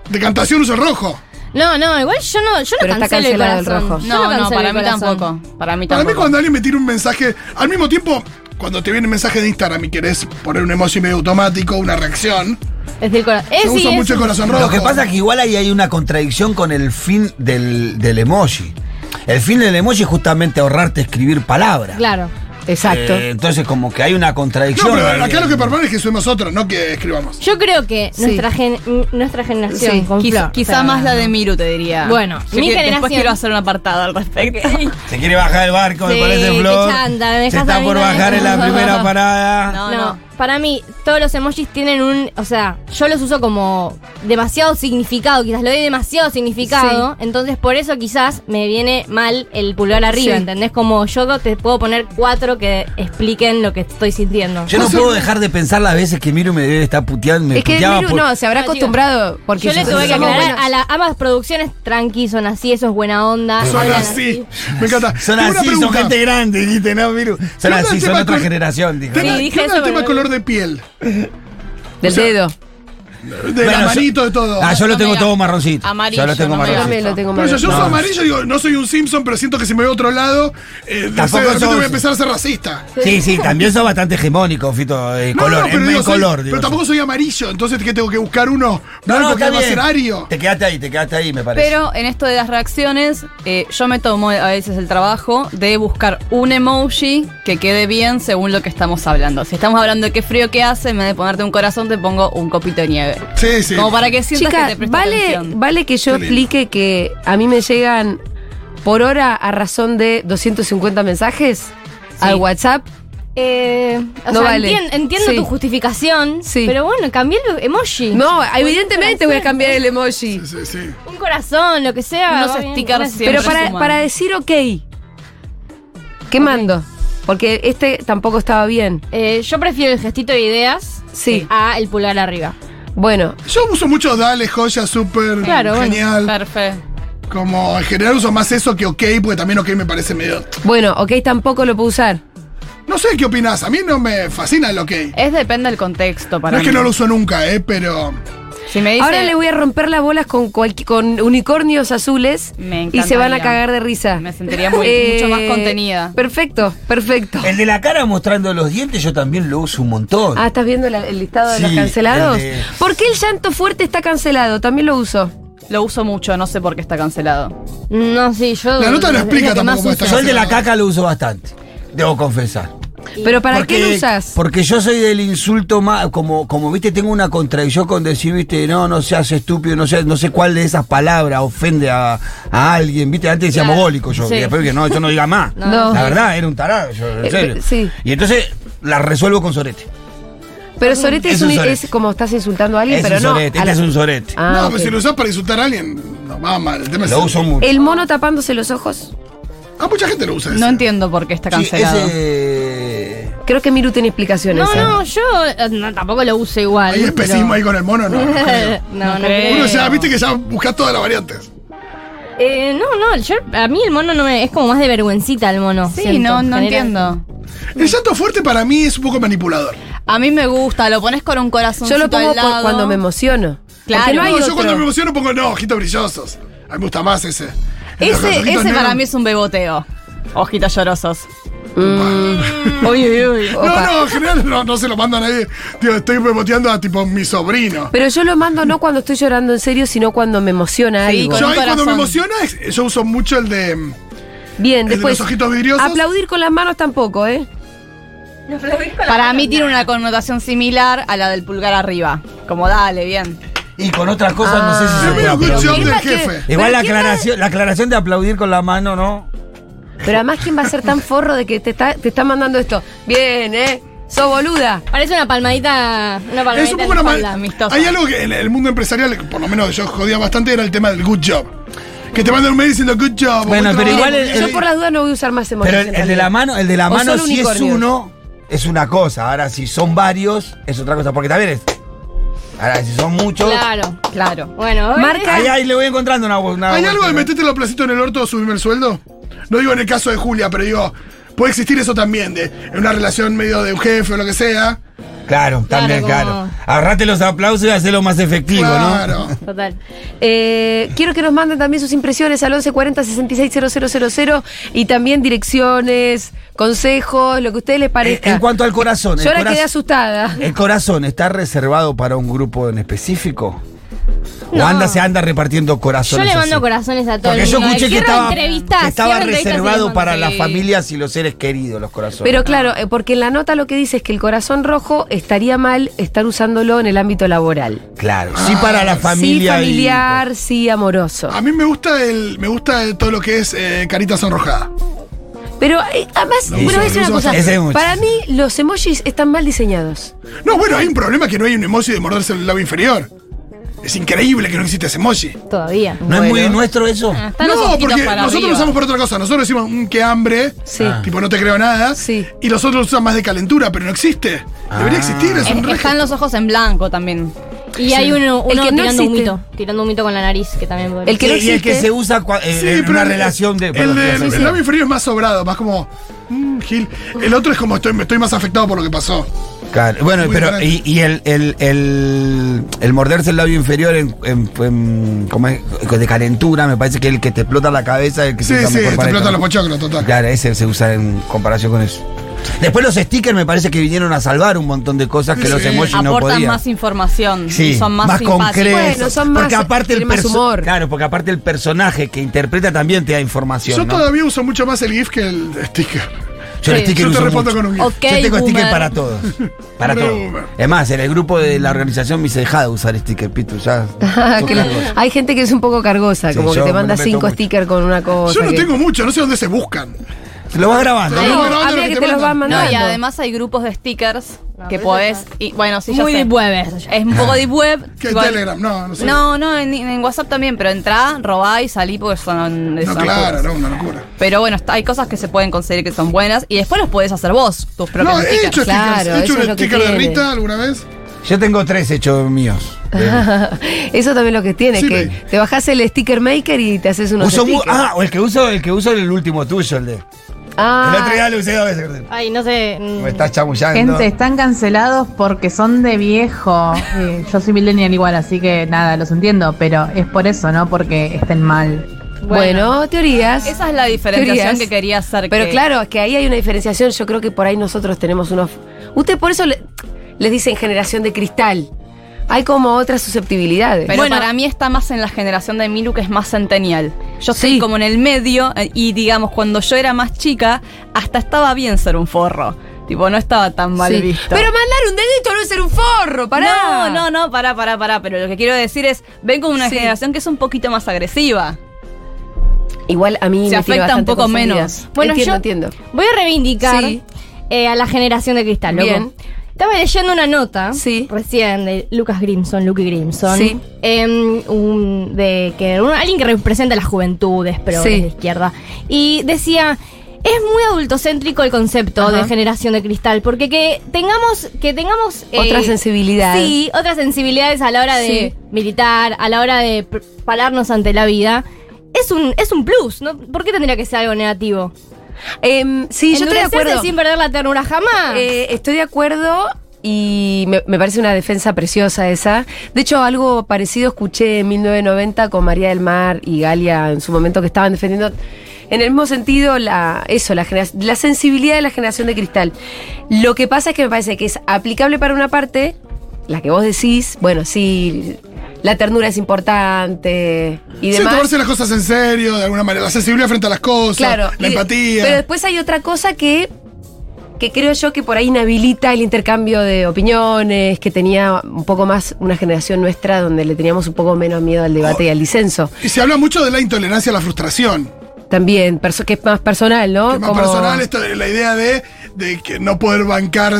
S2: decantación uso el rojo.
S3: No, no, igual yo no, yo no
S1: Pero está
S3: cancelo el
S1: cancelado el
S3: corazón.
S1: rojo.
S3: Yo
S5: No, no,
S3: cancelo
S5: para
S3: el
S5: mí
S3: corazón.
S5: tampoco. Para mí
S2: Para mí
S5: tampoco.
S2: cuando alguien me tira un mensaje, al mismo tiempo, cuando te viene un mensaje de Instagram y querés poner un emoji medio automático, una reacción,
S3: Es del corazón. Eh,
S2: yo
S3: sí,
S2: uso
S3: es-
S2: mucho el corazón rojo.
S6: Lo que pasa es que igual ahí hay una contradicción con el fin del, del emoji. El fin del emoji es justamente ahorrarte escribir palabras.
S3: Claro.
S1: Exacto.
S6: Eh, entonces como que hay una contradicción.
S2: No, pero
S6: ahí.
S2: acá lo que permanece es que somos nosotros, no que escribamos.
S3: Yo creo que
S1: Sí.
S3: nuestra, gen- n- nuestra generación.
S1: Sí,
S3: con
S5: Quiz-
S3: Flor,
S5: quizá
S3: o sea,
S5: más la de Miru te diría.
S3: Bueno,
S5: Yo
S3: mi
S5: que-
S3: generación-
S5: Después quiero hacer un apartado al respecto.
S6: Se quiere bajar el barco, me
S3: Sí,
S6: parece,
S3: qué
S6: Flor.
S3: chanta, me
S6: Se
S3: dejas
S6: está
S3: ahí,
S6: por
S3: no me
S6: bajar en la
S3: dejas.
S6: primera parada.
S3: No, para mí todos los emojis tienen un, o sea, yo los uso como demasiado significado, quizás le doy demasiado significado, entonces por eso quizás me viene mal el pulgar arriba,
S1: Sí.
S3: ¿entendés? Como yo no te puedo poner cuatro que expliquen lo que estoy sintiendo.
S6: Yo no puedo dejar de pensar las veces que Miru me debe estar puteando. Me
S1: es que
S6: puteaba
S1: Miru,
S6: por-
S1: no, se habrá
S3: No, chicos,
S1: acostumbrado porque
S3: Yo le
S1: nosotros
S3: tuve que
S1: somos
S3: aclarar
S1: buenos.
S3: a la- ambas producciones tranqui, son así, eso es buena onda.
S2: Son
S3: hablan
S2: así. Me encanta.
S6: Son
S2: Tengo una
S6: así, son
S2: pregunta.
S6: gente grande, dijiste, ¿no, Miru? Son
S2: onda
S6: así,
S2: el
S6: son
S2: tema
S6: otra
S2: con-
S6: generación, dijo.
S2: Tema-
S3: Sí, dije
S2: ¿qué onda
S3: eso,
S2: el tema
S3: pero-
S2: color de piel?
S1: del dedo.
S2: De
S6: Bueno,
S2: la
S6: yo-
S2: manito, de todo.
S6: Ah, yo lo
S5: No
S6: tengo
S5: me-
S6: todo marroncito.
S5: Amarillo,
S6: Yo lo tengo
S5: no me-
S1: Yo
S6: marroncito.
S1: también lo tengo
S2: Por
S1: mal.
S2: eso yo soy amarillo, digo, no soy un Simpson, pero siento que si me voy a otro lado, eh, no sé,
S6: Tampoco
S2: de repente
S6: sos-
S2: voy a empezar a ser racista.
S6: Sí, sí, también sos bastante hegemónico, Fito. eh, color, es
S2: pero,
S6: muy
S2: digo, soy-
S6: color.
S2: pero
S6: digo.
S2: tampoco soy amarillo, entonces que tengo que buscar uno
S6: No,
S2: blanco
S6: no,
S2: que
S6: está
S2: va a
S6: bien.
S2: ser ario.
S6: Te quedaste ahí, te quedaste ahí, me parece.
S5: Pero en esto de las reacciones, eh, yo me tomo a veces el trabajo de buscar un emoji que quede bien según lo que estamos hablando. Si estamos hablando de qué frío que hace, en vez de ponerte un corazón, te pongo un copito de nieve.
S2: Sí, sí.
S5: Como para que sientas que
S1: Chica,
S5: te presto
S1: vale,
S5: atención.
S1: vale que yo
S2: Qué lindo.
S1: explique que a mí me llegan por hora a razón de 250 mensajes al WhatsApp.
S3: Eh, o
S1: No
S3: sea,
S1: vale.
S3: entien- entiendo
S1: Sí.
S3: tu justificación,
S1: Sí.
S3: pero bueno, cambié el emoji.
S1: No, evidentemente voy a cambiar el emoji.
S2: Sí, sí, sí.
S3: Un corazón, lo que sea.
S5: Unos
S3: va bien,
S5: stickers
S3: gracias.
S5: siempre
S1: Pero para,
S5: suman.
S1: para decir ok, ¿qué mando? Porque este tampoco estaba bien.
S3: Eh, yo prefiero el gestito de ideas
S1: Sí.
S3: a el pulgar arriba.
S1: Bueno,
S2: Yo uso mucho dale, joya, súper,
S3: Claro, bueno,
S2: genial.
S5: Perfecto.
S2: Como en general uso más eso que ok, porque también ok me parece medio.
S1: bueno, ok tampoco lo puedo usar.
S2: No sé qué opinás, a mí no me fascina el ok.
S5: Es depende del contexto
S2: No
S5: para
S2: es que
S5: mí.
S2: no lo uso nunca, eh, pero.
S5: Si me dice,
S1: Ahora le voy a romper las bolas con, cualqui- con unicornios azules
S5: Me
S1: y se van a
S5: encantaría.
S1: cagar de risa. Eh,
S5: Me sentiría muy- mucho más contenida.
S1: Perfecto, perfecto.
S6: El de la cara mostrando los dientes, yo también lo uso un montón.
S1: Ah, ¿estás viendo la- el listado de
S6: Sí,
S1: los cancelados?
S6: el de-
S1: ¿Por qué el llanto fuerte está cancelado? También lo uso.
S5: lo uso mucho, no sé por qué está cancelado.
S3: No, sí, yo.
S2: La nota no
S3: es
S2: explica
S3: la que más
S2: tampoco
S3: uso.
S2: esta-
S6: yo el de la caca lo uso bastante, debo confesar.
S1: ¿Pero para qué lo
S6: Porque-
S1: usas?
S6: Porque yo soy del insulto más, como, como viste, tengo una contradicción con decir, viste, no, no seas estúpido, no sé, no sé cuál de esas palabras ofende a, a alguien, viste, antes decíamos
S3: Claro.
S6: gólico yo,
S3: Sí.
S6: y después que no, yo no diga más.
S1: No.
S6: La verdad, era un tarado, yo,
S1: Eh,
S6: en serio.
S1: eh, sí.
S6: Y entonces la resuelvo con sorete.
S1: Pero sorete es,
S6: Es un
S1: un-
S6: sorete.
S1: es como estás insultando a alguien,
S6: Es
S1: pero
S6: un
S1: no.
S6: sorete,
S1: a
S6: este
S1: la-
S6: es un sorete.
S1: Ah,
S2: no,
S1: ok.
S2: pero si lo usás para insultar a alguien, no va mal. El tema
S6: Lo
S2: es-
S6: uso mucho.
S1: El mono tapándose los ojos.
S2: Ah, mucha gente lo usa.
S5: No
S2: ese.
S5: entiendo por qué está
S6: Sí,
S5: cancelado.
S6: ese-
S1: Creo que Miru tiene explicaciones.
S3: No, no, yo eh, no, tampoco lo uso igual.
S2: Hay especismo ahí con el mono, no. no creo.
S3: no, no,
S5: No
S3: creo.
S2: Uno ya, viste que ya buscas todas las variantes.
S3: Eh, no, no, yo, a mí el mono no me, es como más de vergüencita el mono.
S5: Sí,
S3: siento,
S5: no,
S3: en
S5: no
S3: general.
S5: entiendo.
S2: El llanto fuerte para mí es un poco manipulador.
S5: A mí me gusta, lo pones con un corazón.
S1: Yo lo pongo por- cuando me emociono.
S5: Claro,
S1: Porque no hay
S2: No, yo
S1: otro.
S2: cuando me emociono pongo, no, ojitos brillosos. A mí me gusta más ese. El de los
S5: Ese,
S2: ojitos
S5: ese para
S2: negros.
S5: mí es un beboteo. Ojitos llorosos. Mm.
S3: Uy, uy, uy.
S2: No, no, en general no, no se lo mando a nadie. Tío, estoy boteando a tipo mi sobrino.
S1: Pero yo lo mando no cuando estoy llorando en serio, sino cuando me emociona
S5: Sí,
S1: algo.
S5: con
S2: Yo
S5: un
S2: ahí cuando
S5: corazón.
S2: me emociona, es- yo uso mucho el de.
S1: Bien,
S2: el de
S1: después.
S2: los ojitos vidriosos.
S1: Aplaudir con las manos tampoco, ¿eh?
S5: Para mí tiene una connotación similar a la del pulgar arriba. Como dale, bien.
S4: Y con otras cosas no
S1: Ah.
S4: sé si
S2: Es
S4: se puede
S2: medio
S1: pero
S2: good
S4: aplaudir.
S2: job
S1: ¿quién
S2: del
S1: va que-
S2: jefe.
S1: Pero
S4: Igual la
S1: ¿quién va-
S4: aclaración, la aclaración de aplaudir con la mano, ¿no?
S1: Pero además, ¿quién va a ser tan forro de que te está, te está mandando esto? Bien, ¿eh? ¡So boluda!
S3: Parece una palmadita. Una palmadita.
S2: Es un poco
S3: en
S2: una
S3: la
S2: mal-
S3: espalda.
S5: amistosa.
S2: Hay algo que en el mundo empresarial, por lo menos yo jodía bastante, era el tema del good job. Que te mandan un mail diciendo good job.
S4: Bueno,
S2: buen
S4: pero
S2: trabajo,
S4: igual el-
S2: bien.
S1: Yo por las dudas no voy a usar más emojis.
S4: Pero el,
S1: en
S4: el de
S1: realidad.
S4: la mano, eh. el de la
S1: O
S4: mano
S1: solo
S4: si es
S1: unicornios.
S4: uno, es una cosa. Ahora si son varios, es otra cosa. Porque también es. Ahora si son muchos.
S3: Claro.
S5: Claro.
S3: Bueno,
S1: Marca-
S4: Ahí, ahí le voy encontrando una. una
S2: ¿Hay algo de meterte los placitos en el orto o subirme el sueldo? No digo en el caso de Julia, pero digo, puede existir eso también, de en una relación medio de un jefe o lo que sea.
S4: Claro, también,
S3: Claro,
S4: claro.
S3: como-
S4: Agarrate los aplausos y hacelo más efectivo, ¿no?
S2: claro.
S3: Total.
S1: Eh, quiero que nos manden también sus impresiones al 1140 660000 y también direcciones, consejos, lo que a ustedes les
S4: En,
S1: parezca.
S4: en cuanto al corazón. el
S1: Yo ahora
S4: corazón-
S1: quedé asustada.
S4: ¿El corazón está reservado para un grupo en específico? ¿O
S3: No.
S4: anda, se anda repartiendo
S3: Yo
S4: corazones?
S3: le mando
S4: así?
S3: corazones a todo
S4: Porque
S3: el
S4: yo
S3: mundo.
S4: escuché que
S3: Cierro
S4: estaba,
S3: entrevistas,
S4: que estaba
S3: cierro entrevistas y les
S4: reservado
S3: mando.
S4: para las
S5: sí.
S4: familias y los seres queridos, los corazones.
S1: Pero claro, eh, porque en la nota lo que dice es que el corazón rojo estaría mal estar usándolo en el ámbito laboral.
S4: claro, sí para la familia.
S1: Ah, sí
S4: y-
S1: familiar, sí amoroso.
S2: A mí me gusta el, me gusta el- todo lo que es eh, carita sonrojada.
S1: Pero eh, además,
S4: No,
S1: pero voy a decir
S2: no,
S1: una
S2: no,
S1: cosa.
S4: ese es mucho.
S1: Para mí los emojis están mal diseñados.
S2: No, bueno, hay un problema que no hay un emoji de morderse el labio inferior. Es increíble que no existe ese emoji.
S3: Todavía.
S4: ¿No es muy nuestro eso?
S5: Ah, están los
S2: No,
S5: ojitos
S2: porque
S5: para
S2: nosotros lo
S5: arriba.
S2: usamos para otra cosa. Nosotros decimos, mmm, qué hambre.
S1: Sí.
S4: Ah.
S2: Tipo, no te creo nada.
S1: Sí.
S2: Y los otros lo usan más de calentura, pero no existe. Debería
S4: Ah.
S2: existir, es un
S5: Es-
S2: re-
S5: Eh, Están los ojos en blanco también.
S3: Y hay uno,
S1: El
S3: uno
S1: que no
S3: tirando un
S1: existe.
S3: mito. Tirando un mito con la nariz, que también podría-
S1: El que no
S4: Sí, y el que
S1: existe.
S4: se usa cua- eh,
S2: Sí,
S4: en
S2: pero
S4: una
S2: el-
S4: relación de.
S2: El,
S4: perdón,
S2: de-
S4: sí, sí.
S2: el labio inferior es más sobrado, más como. mm, Gil. El otro es como estoy, estoy más afectado por lo que pasó.
S4: Claro, Bueno,
S2: Muy
S4: pero y,
S2: diferente.
S4: y el, el, el, el morderse el labio inferior en, en- en- ¿cómo es? de calentura, me parece que el que te explota la cabeza, el que
S2: Sí,
S4: se usa
S2: sí, te
S4: mejor para
S2: explota
S4: esto.
S2: los pochoclos, total.
S4: Claro, ese se usa en comparación con eso. Después los stickers me parece que vinieron a salvar un montón de cosas que
S2: Sí.
S4: los emojis no
S5: Aportan
S4: podían.
S5: más información.
S4: Sí,
S5: y son más, simpáticos.
S4: concretos.
S1: Bueno, son más-
S4: porque aparte el
S1: tienen más
S4: perso-
S1: humor.
S4: Claro, porque aparte el personaje que interpreta también te da información.
S2: Yo
S4: ¿no?
S2: todavía uso mucho más el GIF que el sticker.
S4: Yo el
S5: Sí.
S4: sticker
S2: Yo te
S4: uso
S2: respondo
S4: mucho.
S2: con un GIF.
S5: Ok,
S4: Yo tengo sticker
S5: boomer.
S4: para todos. Para
S2: Re
S4: todos.
S2: boomer.
S4: Es más, en el grupo de la organización me hice dejada de usar sticker, Pitu. Ya.
S1: Ah, que la- hay gente que es un poco cargosa,
S4: Sí,
S1: como que
S4: yo
S1: te
S4: me
S1: manda
S4: meto
S1: cinco
S4: mucho.
S1: stickers con una cosa.
S2: Yo no
S1: que-
S2: tengo mucho, no sé dónde se buscan.
S4: Lo vas grabando.
S2: No,
S1: No,
S4: ¿no?
S2: no, no,
S1: habría
S2: lo que
S1: que
S2: te
S1: te los
S2: mandan.
S1: van mandando.
S5: No, y además hay grupos de stickers que
S3: pero
S5: podés.
S3: eso
S5: Y, bueno, sí, ya
S3: Muy
S5: sé.
S3: deep web eso ya.
S5: Es un poco de web.
S2: Que
S5: igual-
S2: Telegram, no, no sé.
S5: No, no, en, en WhatsApp también, pero entrá, robá y salí porque son.
S2: No,
S5: son
S2: claro,
S5: puros.
S2: no, una locura.
S5: Pero bueno, está- hay cosas que se pueden conseguir que son buenas y después los podés hacer vos, tus propios
S2: No, he
S5: stickers.
S2: hecho stickers.
S1: Claro,
S2: he
S1: eso
S2: hecho
S1: es lo
S2: un
S1: que
S2: sticker de
S1: tiene.
S2: Rita alguna vez.
S4: Yo tengo tres hechos míos.
S1: Eso también lo que tiene,
S2: Sí,
S1: que
S2: me-
S1: te bajás el sticker maker y te haces unos
S4: Uso mu-
S1: stickers.
S4: ah, o el que uso, el que uso el último tuyo, el de.
S1: Ah,
S4: El otro día lo usé dos veces. Gardel.
S3: Ay, no sé. mm,
S4: Me estás chamullando.
S7: Gente, están cancelados porque son de viejo. Eh, yo soy millennial igual, así que nada, los entiendo, pero es por eso, ¿no? Porque estén mal.
S1: bueno, teorías.
S5: Esa es la diferenciación
S1: Teorías.
S5: que quería hacer.
S1: Pero
S5: que-
S1: claro, es que ahí hay una diferenciación. Yo creo que por ahí nosotros tenemos unos. Usted por eso le- les dicen generación de cristal. Hay como otras susceptibilidades.
S5: Pero
S3: Bueno.
S5: para mí está más en la generación de Milu, que es más centenial. Yo
S1: Sí.
S5: soy como en el medio eh, y, digamos, cuando yo era más chica, hasta estaba bien ser un forro. Tipo, no estaba tan mal
S1: Sí.
S5: visto.
S1: Pero mandar un dedito no es ser un forro, pará.
S5: No, no, no, pará, pará, pará. Pero lo que quiero decir es, vengo de una
S1: Sí.
S5: generación que es un poquito más agresiva.
S1: Igual a mí
S5: Se
S1: me
S5: afecta
S1: tiene bastante
S5: un poco
S1: confundida.
S5: menos.
S3: Bueno,
S1: entiendo,
S3: yo
S1: entiendo.
S3: Voy a reivindicar
S1: Sí.
S3: eh, a la generación de cristal, loco.
S1: Bien.
S3: Estaba leyendo una nota
S1: Sí.
S3: recién de Lucas Grimson, Lucky Grimson.
S1: Sí.
S3: em, un- de que un- alguien que representa las juventudes, pero
S1: Sí.
S3: de izquierda. Y decía. Es muy adultocéntrico el concepto
S1: Ajá.
S3: de generación de cristal, porque que tengamos, que tengamos eh,
S1: Otra sensibilidad.
S3: Sí, otras sensibilidades a la hora de
S1: Sí.
S3: militar, a la hora de pr- pararnos ante la vida. Es un, es un plus, ¿no? ¿Por qué tendría que ser algo negativo?
S1: Em, sí, yo estoy de
S3: Endurecerse
S1: acuerdo.
S3: sin perder la ternura jamás.
S1: Eh, estoy de acuerdo y me, me parece una defensa preciosa esa. De hecho, algo parecido escuché en 1990 con María del Mar y Galia en su momento que estaban defendiendo en el mismo sentido la, eso, la, genera- la sensibilidad de la generación de cristal. Lo que pasa es que me parece que es aplicable para una parte, la que vos decís, bueno, sí, la ternura es importante y
S2: Sí,
S1: demás.
S2: tomarse las cosas en serio, de alguna manera. La sensibilidad frente a las cosas.
S1: Claro.
S2: La
S1: y de-
S2: empatía.
S1: Pero después hay otra cosa que, que creo yo que por ahí inhabilita el intercambio de opiniones, que tenía un poco más una generación nuestra donde le teníamos un poco menos miedo al debate y al disenso.
S2: Y se habla mucho de la intolerancia a la frustración.
S1: También, perso- que es más personal, ¿no?
S2: Que más
S1: Oh, Como-
S2: personal, esto de la idea de, de que no poder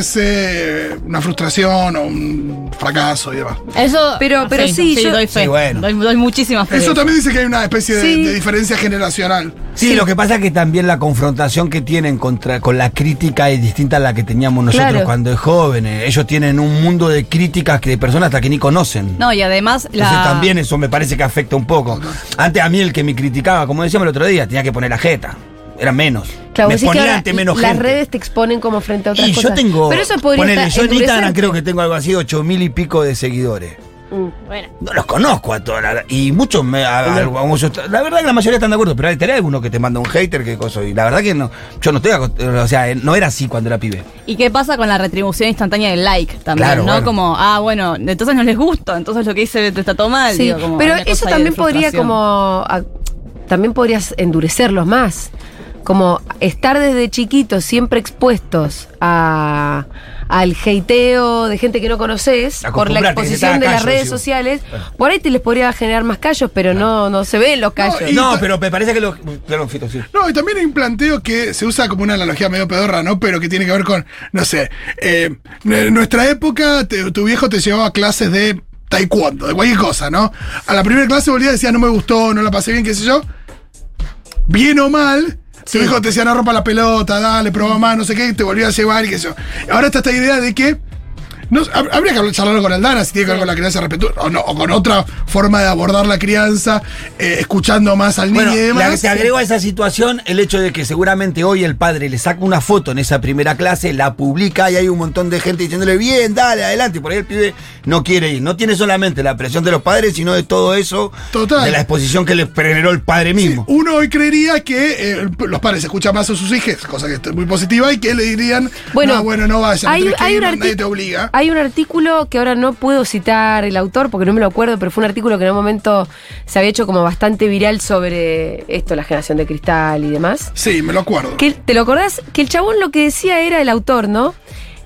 S2: bancarse una frustración o un fracaso y demás.
S3: Eso.
S1: Pero- pero Ah, sí, yo-
S5: doy fe.
S4: Sí, bueno.
S5: doy, doy muchísimas fe.
S2: Eso también dice que hay una especie de,
S1: Sí.
S2: de diferencia generacional.
S4: Sí, lo que pasa es que también la confrontación que tienen contra, con la crítica es distinta a la que teníamos nosotros
S1: Claro.
S4: cuando es jóvenes. Ellos tienen un mundo de críticas que de personas hasta que ni conocen.
S5: No, y además la.
S4: Entonces también eso me parece que afecta un poco. Antes a mí el que me criticaba, como decíamos el otro día, tenía que poner la jeta. Era menos.
S1: Claro,
S4: me
S1: vos decís que
S4: ponía
S1: ahora
S4: ante menos
S1: las
S4: gente.
S1: redes te exponen como frente a otras
S4: y
S1: cosas.
S4: yo tengo.
S1: Pero eso podría
S4: ponele,
S1: estar
S4: yo en Instagram
S1: endurecer-
S4: creo que tengo algo así, ocho mil y pico de seguidores.
S1: Mm,
S3: Bueno.
S4: No los conozco a todos. la- Y muchos me. a- a- a- muchos- la verdad que la mayoría están de acuerdo, pero hay tener alguno que te manda un hater, que cosa. Y la verdad que no. Yo no estoy. acost- O sea, eh, no era así cuando era pibe.
S5: ¿Y qué pasa con la retribución instantánea del like también?
S4: Claro,
S5: ¿No?
S4: bueno.
S5: Como, ah, bueno, entonces no les gusta, entonces lo que hice te está todo mal.
S1: Sí,
S5: digo, como
S1: pero
S5: una
S1: eso
S5: cosa ahí de
S1: también podría
S5: frustración.
S1: como a- también podrías endurecerlos más. Como estar desde chiquitos siempre expuestos a al hateo de gente que no conoces por la
S4: Acostumbrarte, que te
S1: exposición
S4: haga
S1: de las
S4: callo,
S1: redes
S4: digo.
S1: sociales,
S2: Ah.
S1: por ahí te les podría generar más callos, pero no no se ven los callos.
S2: Y
S4: no,
S2: ta-
S4: pero me parece que los. Claro, Fito, sí.
S2: No, y también hay un planteo que se usa como una analogía medio pedorra, ¿no? Pero que tiene que ver con, no sé, eh, en nuestra época te- tu viejo te llevaba a clases de taekwondo, de cualquier cosa, ¿no? A la primera clase volvías y decías, no me gustó, no la pasé bien, qué sé yo. Bien o mal, tu viejo te decía, no rompa la pelota, dale, proba más, no sé qué, te volvía a llevar y qué sé yo. Ahora está esta idea de que... No, hab- habría que hablar- charlarlo con Aldana si tiene que ver con la crianza respetuosa o, no, o con otra forma de abordar la crianza, eh, escuchando más al niño
S4: Bueno,
S2: y demás.
S4: la- te agrego a esa situación el hecho de que seguramente hoy el padre le saca una foto en esa primera clase, la publica y hay un montón de gente diciéndole, bien, dale, adelante. Y por ahí el pibe no quiere ir. No tiene solamente la presión de los padres, sino de todo eso,
S2: Total.
S4: de la exposición que le generó el padre mismo.
S2: Uno hoy creería que eh, los padres escuchan más a sus hijas, cosa que es muy positiva, y que le dirían, bueno, no, bueno, no vayas,
S1: hay-
S2: no tenés que
S1: hay
S2: ir,
S1: un arti-
S2: nadie te obliga.
S1: Hay un artículo que ahora no puedo citar el autor porque no me lo acuerdo, pero fue un artículo que en un momento se había hecho como bastante viral sobre esto, la generación de cristal y demás.
S2: Sí, me lo acuerdo.
S1: Que, ¿Te lo acordás? Que el chabón lo que decía era el autor, ¿no?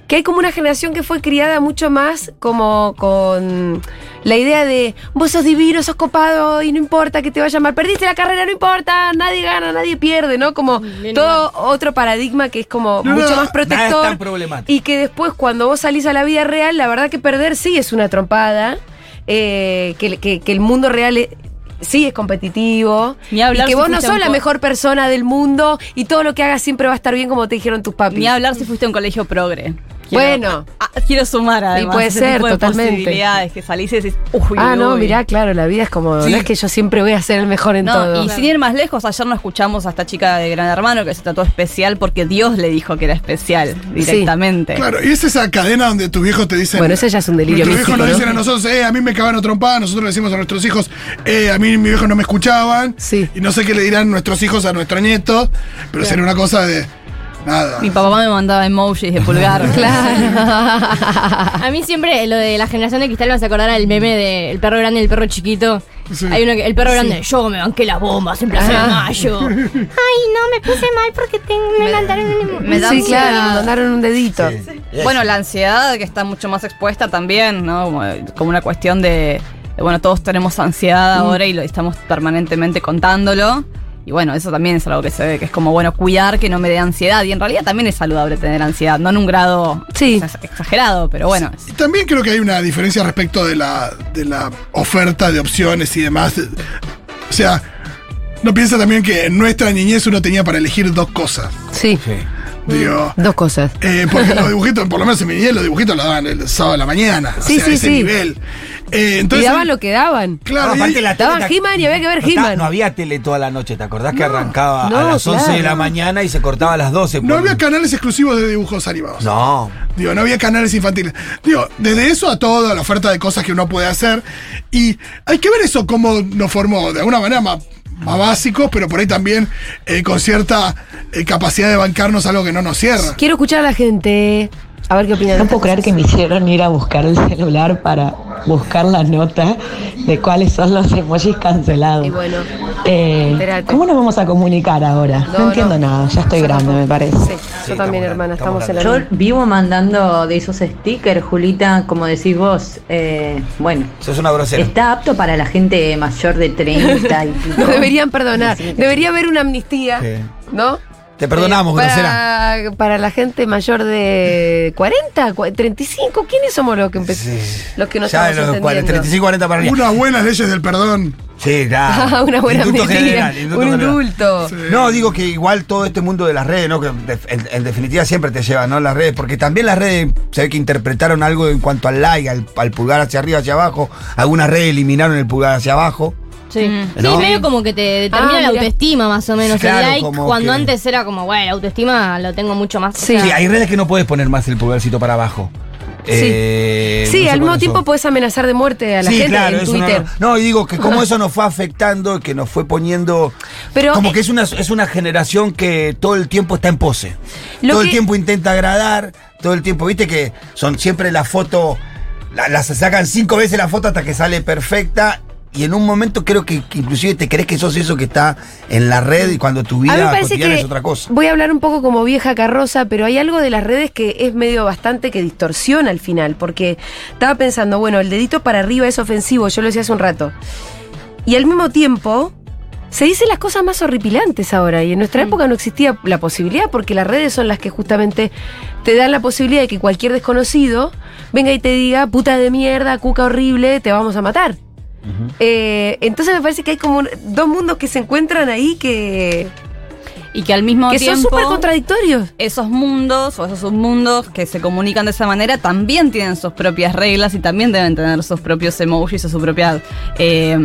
S1: Que hay como una generación que fue criada mucho más como con la idea de vos sos divino, sos copado y no importa que te vaya mal, perdiste la carrera, no importa, nadie gana, nadie pierde, ¿no? Como todo otro paradigma que es como
S2: No,
S1: mucho
S2: no,
S1: más protector.
S4: nada es tan problemático.
S1: Y que después cuando vos salís a la vida real, la verdad que perder sí es una trompada, eh, que, que- que el mundo real eh, sí es competitivo.
S5: Ni
S1: y
S5: hablar
S1: que
S5: si
S1: vos no
S5: fuiste a
S1: sos
S5: un
S1: la
S5: co-
S1: mejor persona del mundo y todo lo que hagas siempre va a estar bien como te dijeron tus papis.
S5: Ni hablar si fuiste a un colegio progre.
S1: Bueno.
S5: Ah, quiero sumar además.
S1: puede
S5: ese
S1: ser,
S5: tipo de
S1: totalmente.
S5: posibilidades que salís y decís, uy,
S1: ah,
S5: uy,
S1: no,
S5: uy.
S1: mirá, claro, la vida es como,
S4: Sí.
S1: no es que yo siempre voy a ser el mejor en
S5: No,
S1: todo.
S5: y sin ir más lejos, ayer no escuchamos a esta chica de Gran Hermano que se trató especial porque Dios le dijo que era especial directamente.
S2: Claro, y es esa cadena donde tus viejos te dicen.
S1: Bueno, ese ya es un delirio
S2: Nuestros viejos
S1: místico,
S2: nos
S1: ¿no?
S2: dicen a nosotros, eh, a mí me cagaron a trompada, nosotros le decimos a nuestros hijos, eh, a mí mis viejos no me escuchaban.
S1: Sí.
S2: Y no sé qué le dirán nuestros hijos a nuestro nieto, pero sería una cosa de. Nada.
S5: Mi papá me mandaba emojis de pulgar.
S1: Claro.
S3: A mí siempre lo de la generación de cristal me hace acordar al meme de el perro grande y el perro chiquito.
S2: Sí.
S3: Hay uno que, el perro grande, yo me banqué las bombas en Plaza de Mayo. Ah. Ay, no, me puse mal porque tengo- me mandaron un
S5: me da
S1: sí,
S5: ansiedad.
S1: claro, me mandaron un dedito.
S5: Bueno, la ansiedad que está mucho más expuesta también, ¿no? Como, eh, como una cuestión de, de, bueno, todos tenemos ansiedad
S1: Mm.
S5: ahora y lo estamos permanentemente contándolo. Y bueno, eso también es algo que se ve, que es como, bueno, cuidar que no me dé ansiedad. Y en realidad también es saludable tener ansiedad, no en un grado
S1: Sí.
S5: ex- exagerado, pero bueno. es-
S2: Y también creo que hay una diferencia respecto de la, de la oferta de opciones y demás. O sea, no piensa también que en nuestra niñez uno tenía para elegir dos cosas.
S1: Sí,
S2: Digo.
S1: Mm, dos cosas.
S2: eh, porque los dibujitos, por lo menos en mi niñez, los dibujitos los daban el sábado a la mañana.
S1: Sí,
S2: o sea,
S1: sí,
S2: ese
S1: sí.
S2: nivel. Eh,
S1: y
S2: entonces,
S1: daban lo que daban.
S2: Claro, y-
S4: Ah, aparte la tele
S1: Daban
S4: te-
S1: He-Man y había que ver
S4: no, está-
S1: He-Man.
S4: no había tele toda la noche, ¿te acordás que arrancaba
S1: no,
S4: a las 11 de
S1: claro.
S4: la mañana y se cortaba a las 12?
S2: no
S4: por-
S2: había canales exclusivos de dibujos animados.
S4: No.
S2: Digo, no había canales infantiles. Digo, desde eso a todo, a la oferta de cosas que uno puede hacer. Y hay que ver eso cómo nos formó, de alguna manera más, más básicos, pero por ahí también eh, con cierta eh, capacidad de bancarnos algo que no nos cierra.
S1: Quiero escuchar a la gente. A ver qué opinan.
S8: No puedo creer que me hicieron ir a buscar el celular para buscar la nota de cuáles son los emojis cancelados.
S1: Y bueno,
S8: Eh,
S1: espérate.
S8: ¿Cómo nos vamos a comunicar ahora? No,
S1: No, no.
S8: entiendo nada, ya estoy grande, me parece.
S1: Sí, yo también, hermana, estamos, en la
S9: Yo
S1: misma.
S9: vivo mandando de esos stickers, Julita, como decís vos. eh, bueno,
S4: Sos una grosera.
S9: está apto para la gente mayor de 30 y pico.
S1: Nos deberían perdonar. Debería haber una amnistía,
S4: Sí.
S1: ¿no?
S4: Te perdonamos, grosera.
S1: para, para la gente mayor de 40, cua- 35, ¿quiénes somos los que empezamos? Los que no
S4: Ya,
S1: estamos
S4: los
S1: entendiendo.
S4: cuales, 35, 40 para arriba.
S2: Unas buenas leyes del perdón.
S4: Sí, claro.
S1: Ah, una buena
S4: Indulto
S1: amnistía.
S4: general, indulto
S1: un
S4: general.
S1: indulto.
S4: No, digo que igual todo este mundo de las redes, ¿no? Que de- en, en definitiva siempre te llevan, ¿no? Las redes, porque también las redes se ve que interpretaron algo en cuanto al like, al, al pulgar hacia arriba, hacia abajo. Algunas redes eliminaron el pulgar hacia abajo.
S3: Sí,
S4: ¿No?
S3: sí medio como que te determina
S1: Ah,
S3: la
S1: mira.
S3: autoestima más o menos.
S4: Claro,
S3: el like,
S4: como
S3: cuando
S4: que-
S3: antes era como, bueno, la autoestima lo tengo mucho más.
S1: Sí.
S3: o sea,
S4: Sí, hay redes que no puedes poner más el pulgarcito para abajo.
S1: Sí.
S4: Eh,
S1: sí,
S4: no sé
S1: al mismo
S4: cuáles
S1: tiempo
S4: son.
S1: podés amenazar de muerte a la
S4: sí,
S1: gente
S4: claro,
S1: en
S4: eso no-
S1: Twitter.
S4: No, y digo que como eso nos fue afectando, que nos fue poniendo.
S1: Pero,
S4: como
S1: eh,
S4: que es una, es una generación que todo el tiempo está en pose.
S1: Lo
S4: Todo el
S1: que-
S4: tiempo intenta agradar, todo el tiempo, viste que son siempre la foto, la- las sacan cinco veces la foto hasta que sale perfecta. Y en un momento creo que, que inclusive te crees que sos eso que está en la red y cuando tu
S1: A mí me
S4: vida
S1: parece
S4: cotidiana
S1: que
S4: es otra cosa.
S1: voy a hablar un poco como vieja carroza, pero hay algo de las redes que es medio bastante que distorsiona al final, porque estaba pensando, bueno, el dedito para arriba es ofensivo, yo lo decía hace un rato. Y al mismo tiempo, se dicen las cosas más horripilantes ahora, y en nuestra época no existía la posibilidad, porque las redes son las que justamente te dan la posibilidad de que cualquier desconocido venga y te diga, puta de mierda, cuca horrible, te vamos a matar. Eh, entonces me parece que hay como un- dos mundos que se encuentran ahí que
S5: Y que al mismo
S1: que son
S5: tiempo.
S1: súper contradictorios.
S5: esos mundos o esos submundos que se comunican de esa manera también tienen sus propias reglas y también deben tener sus propios emojis o sus propias eh,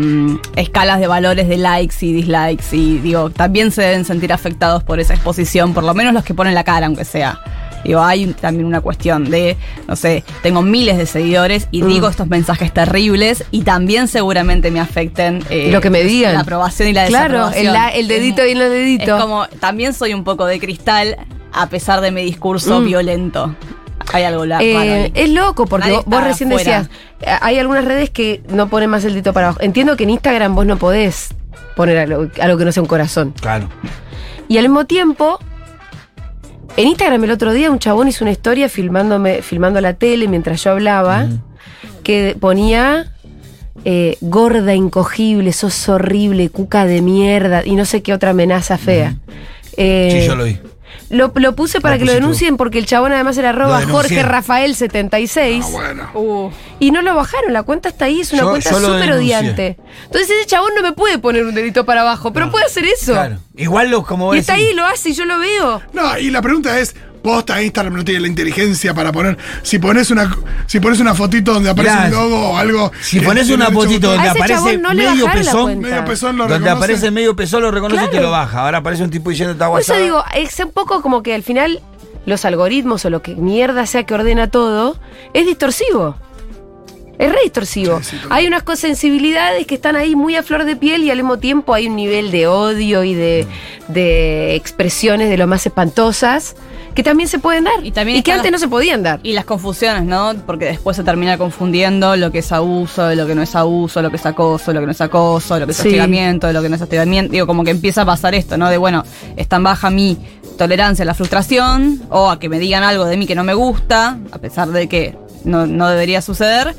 S5: escalas de valores de likes y dislikes. Y digo, también se deben sentir afectados por esa exposición, por lo menos los que ponen la cara, aunque sea. Digo, hay un- también una cuestión de, no sé, tengo miles de seguidores
S1: Mm.
S5: y digo estos mensajes terribles y también seguramente me afecten. eh,
S1: Lo que me digan.
S5: La aprobación y la
S1: Claro,
S5: desaprobación.
S1: el, la- el dedito
S5: Es-
S1: y los deditos.
S5: es como, también soy un poco de cristal, a pesar de mi discurso
S1: Mm.
S5: violento. Hay algo la
S1: Eh,
S5: raro ahí.
S1: es loco porque
S5: Nadie
S1: vos, vos
S5: está
S1: recién
S5: afuera.
S1: decías, eh, hay algunas redes que no ponen más el dedito para abajo. Entiendo que en Instagram vos no podés poner algo, algo que no sea un corazón.
S4: Claro.
S1: Y al mismo tiempo, en Instagram el otro día un chabón hizo una historia filmándome, filmando la tele mientras yo hablaba, que ponía eh, gorda, incogible, sos horrible, cuca de mierda y no sé qué otra amenaza fea. Eh,
S4: Sí, yo lo vi.
S1: Lo, lo puse para
S4: Lo
S1: que lo
S4: pusiste vos.
S1: denuncien porque el chabón además era arroba
S4: Lo denuncié. Ah,
S1: Jorge Rafael 76
S2: Bueno.
S1: y no lo bajaron, la cuenta está ahí, es una
S4: Yo-
S1: cuenta
S4: yo lo
S1: súper
S4: denuncié.
S1: odiante. Entonces ese chabón no me puede poner un dedito para abajo, pero puede hacer eso.
S4: Claro. Igual los como
S1: Y
S4: vos
S1: está
S4: decís,
S1: ahí, lo hace y yo lo veo.
S2: No, y la pregunta es, posta Instagram no tiene la inteligencia para poner, si pones una si pones una fotito donde aparece
S4: Mirá,
S2: un logo o algo.
S4: Si
S2: que
S4: pones
S2: tiene
S4: una
S2: mucho
S4: fotito
S2: botón,
S1: A
S4: donde
S1: ese
S4: aparece
S1: chabón no le
S4: medio
S1: bajaron la
S4: pezón,
S1: cuenta.
S2: medio pezón lo
S4: donde
S2: reconoce.
S4: aparece medio pezón lo reconoce y te
S1: Claro.
S4: lo baja. Ahora aparece un tipo diciendo está
S1: Por eso
S4: guasada.
S1: digo, es un poco como que al final los algoritmos o lo que mierda sea que ordena todo, es distorsivo. Es re distorsivo.
S2: Sí, sí, total.
S1: hay unas co- sensibilidades que están ahí muy a flor de piel y al mismo tiempo hay un nivel de odio y de, de expresiones de lo más espantosas que también se pueden dar.
S5: Y también
S1: que
S5: están
S1: antes no
S5: las-
S1: se podían dar.
S5: Y las confusiones, ¿no? Porque después se termina confundiendo lo que es abuso, de lo que no es abuso, lo que es acoso, lo que no es acoso, lo que es
S1: Sí.
S5: hostigamiento, de lo que no es hostigamiento. Digo, como que empieza a pasar esto, ¿no? De bueno, es tan baja mi tolerancia a la frustración o a que me digan algo de mí que no me gusta, a pesar de que no, no debería suceder.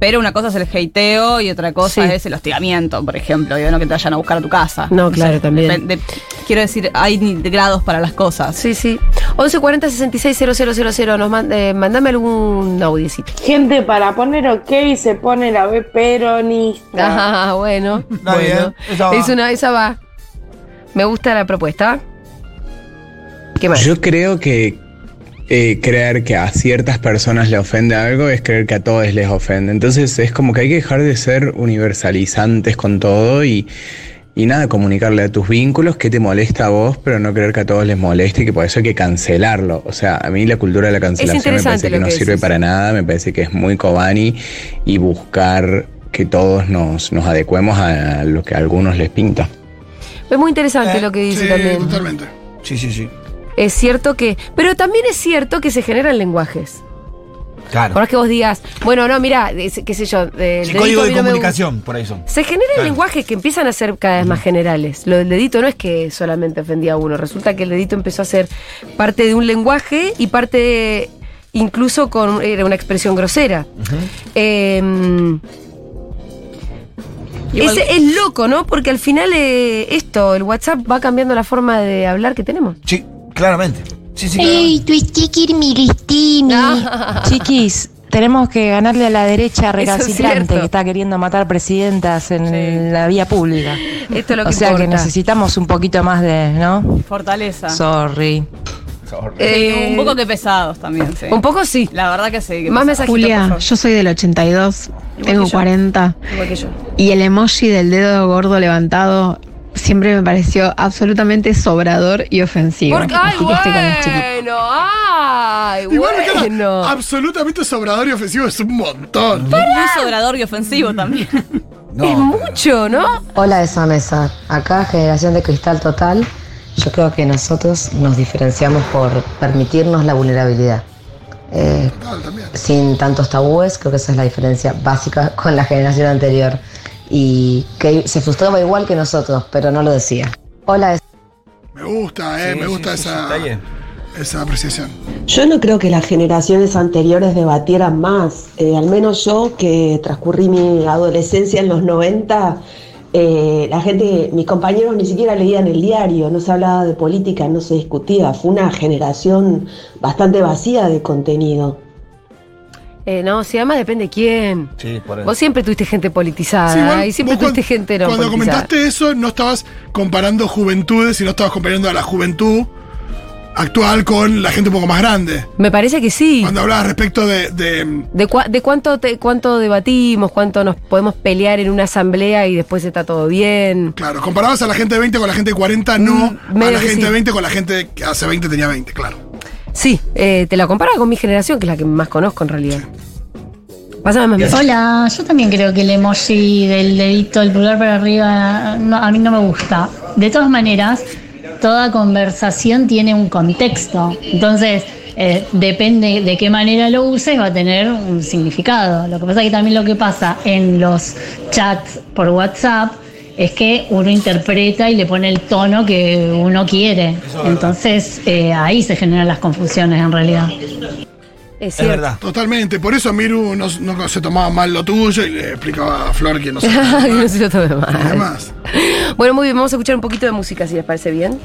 S5: Pero una cosa es el hateo y otra cosa
S1: Sí.
S5: es el hostigamiento, por ejemplo. Digo, no que te vayan a buscar a tu casa.
S1: No, claro, también.
S5: depen- de- quiero decir, hay ni- grados para las cosas.
S1: Sí, sí. 1140 66 000, nos man- eh, mandame algún audiocito.
S10: Gente, para poner ok se pone la B peronista.
S1: Ah, bueno.
S4: Está
S1: bueno.
S4: bien, esa va.
S1: Es una, esa va. Me gusta la propuesta. ¿Qué más?
S11: Yo creo que eh, creer que a ciertas personas le ofende algo es creer que a todos les ofende. Entonces es como que hay que dejar de ser universalizantes con todo y, y nada, comunicarle a tus vínculos que te molesta a vos, pero no creer que a todos les moleste y que por eso hay que cancelarlo. O sea, a mí la cultura de la cancelación me
S1: interesante
S11: parece que
S1: lo
S11: no
S1: que
S11: sirve
S1: decís.
S11: para nada, me parece que es muy cobani y buscar que todos nos, nos adecuemos a lo que a algunos les pinta.
S1: Es muy
S4: Eh,
S1: interesante lo que dice
S2: Sí,
S1: también.
S2: totalmente.
S4: Sí, sí, sí.
S1: Es cierto que. Pero también es cierto que se generan lenguajes.
S4: Claro.
S1: Por más que vos digas, bueno, no, mira, qué sé yo. eh, el
S4: Sí,
S1: dedito
S4: código
S1: a
S4: de
S1: mí no me
S4: comunicación, por ahí son.
S1: Se generan
S4: Claro.
S1: lenguajes que empiezan a ser cada vez más generales. Lo del dedito no es que solamente ofendía a uno. Resulta que el dedito empezó a ser parte de un lenguaje y parte de- incluso con era una expresión grosera. Eh,
S5: Igual-
S1: es, es loco, ¿no? Porque al final eh, esto, el WhatsApp va cambiando la forma de hablar que tenemos.
S4: Sí, claramente. Sí, sí,
S12: ¡Ey, tu mi Chiquis, tenemos que ganarle a la derecha
S1: Eso es
S12: recalcitrante
S1: cierto.
S12: que está queriendo matar presidentas en la vía pública.
S1: Esto es lo
S12: o
S1: que
S12: sea que
S1: importa.
S12: necesitamos un poquito más de, ¿no?
S5: Fortaleza.
S12: Sorry.
S5: Sí, un poco que pesados también, sí.
S1: Eh, Un poco sí.
S5: La verdad que sí. que
S1: Más
S5: pesados.
S13: Julia, yo soy del 82, tengo 40.
S1: Igual que yo.
S13: Y el emoji del dedo gordo levantado siempre me pareció absolutamente sobrador y ofensivo.
S1: Porque, ay,
S13: Así que estoy con los chiquis.
S1: bueno, ay,
S2: Igual, cara,
S1: bueno.
S2: absolutamente sobrador y ofensivo es un montón.
S5: Muy sobrador y ofensivo también.
S1: Es mucho, ¿no?
S14: Hola esa mesa, acá generación de cristal total. Yo creo que nosotros nos diferenciamos por permitirnos la vulnerabilidad. Eh, sin tantos tabúes, creo que esa es la diferencia básica con la generación anterior. Y que se frustraba igual que nosotros, pero no lo decía. Hola esa
S2: Me gusta, eh, me gusta esa, esa apreciación.
S15: Yo no creo que las generaciones anteriores debatieran más. Eh, al menos yo, que transcurrí mi adolescencia en los 90, eh, la gente, mis compañeros ni siquiera leían el diario, no se hablaba de política, no se discutía. Fue una generación bastante vacía de contenido.
S1: Eh, no, si además depende quién.
S4: Sí, por
S1: Vos siempre tuviste gente politizada
S2: Sí, igual,
S1: y siempre
S2: vos cuan-
S1: tuviste gente no
S2: Cuando
S1: politizada.
S2: comentaste eso, no estabas comparando juventudes, sino estabas comparando a la juventud actual con la gente un poco más grande.
S1: Me parece que sí.
S2: Cuando hablabas respecto de. de-
S1: ¿De, cua- de cuánto, te- cuánto debatimos, cuánto nos podemos pelear en una asamblea y después está todo bien?
S2: claro, comparabas a la gente de 20 con la gente de 40, no a
S1: Mm, medio
S2: la
S1: que
S2: gente
S1: sí.
S2: de 20 con la gente que hace 20 tenía 20, claro.
S1: Sí, eh, te la comparaba con mi generación, que es la que más conozco en realidad. Pásame más mensajes.
S16: Hola, yo también creo que el emoji del dedito, el pulgar para arriba, no, a mí no me gusta. De todas maneras, toda conversación tiene un contexto. Entonces, eh, depende de qué manera lo uses, va a tener un significado. Lo que pasa es que también lo que pasa en los chats por WhatsApp es que uno interpreta y le pone el tono que uno quiere. Entonces, eh, ahí se generan las confusiones en realidad.
S1: Es,
S16: cierto.
S2: Totalmente. Por eso Miru no, no se tomaba mal lo tuyo y le explicaba a Flor que no se tomaba
S1: Que
S2: mal.
S1: no se lo tome mal.
S2: Y demás.
S1: Bueno, muy bien, vamos a escuchar un poquito de música, si les parece bien.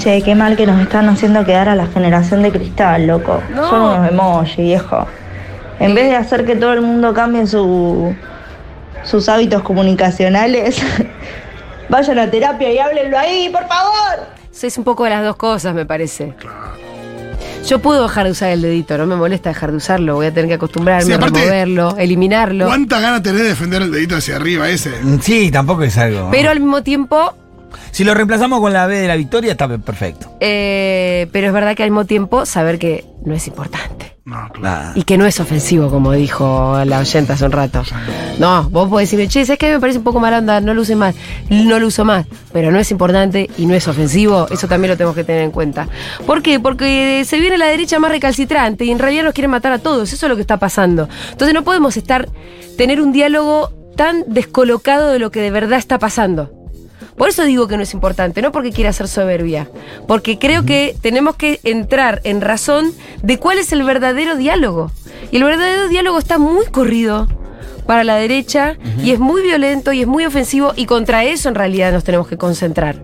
S17: Che, qué mal que nos están haciendo quedar a la generación de cristal, loco.
S1: No.
S17: Son unos emoji, viejo. En vez de hacer que todo el mundo cambie su- sus hábitos comunicacionales, vayan a terapia y háblenlo ahí, por favor.
S1: Es un poco de las dos cosas, me parece. Yo puedo dejar de usar el dedito, no me molesta dejar de usarlo, voy a tener que acostumbrarme,
S2: Sí,
S1: a
S2: aparte,
S1: removerlo, eliminarlo.
S2: ¿Cuántas ganas tenés de defender el dedito hacia arriba ese?
S4: Mm, Sí, tampoco es algo. ¿no?
S1: Pero al mismo tiempo,
S4: si lo reemplazamos con la B de la victoria, está perfecto.
S1: eh, pero es verdad que al mismo tiempo saber que no es importante.
S4: Nada.
S1: Y que no es ofensivo, como dijo la oyenta hace un rato. No, vos podés decirme, che, ¿sabes qué? Me parece un poco mala onda, no lo uses más. No lo uso más. Pero no es importante y no es ofensivo. Eso también lo tenemos que tener en cuenta. ¿Por qué? Porque se viene la derecha más recalcitrante y en realidad nos quieren matar a todos. Eso es lo que está pasando. Entonces no podemos estar, tener un diálogo tan descolocado de lo que de verdad está pasando. Por eso digo que no es importante, no porque quiera ser soberbia, porque creo que tenemos que entrar en razón de cuál es el verdadero diálogo. Y el verdadero diálogo está muy corrido para la derecha y es muy violento y es muy ofensivo y contra eso en realidad nos tenemos que concentrar.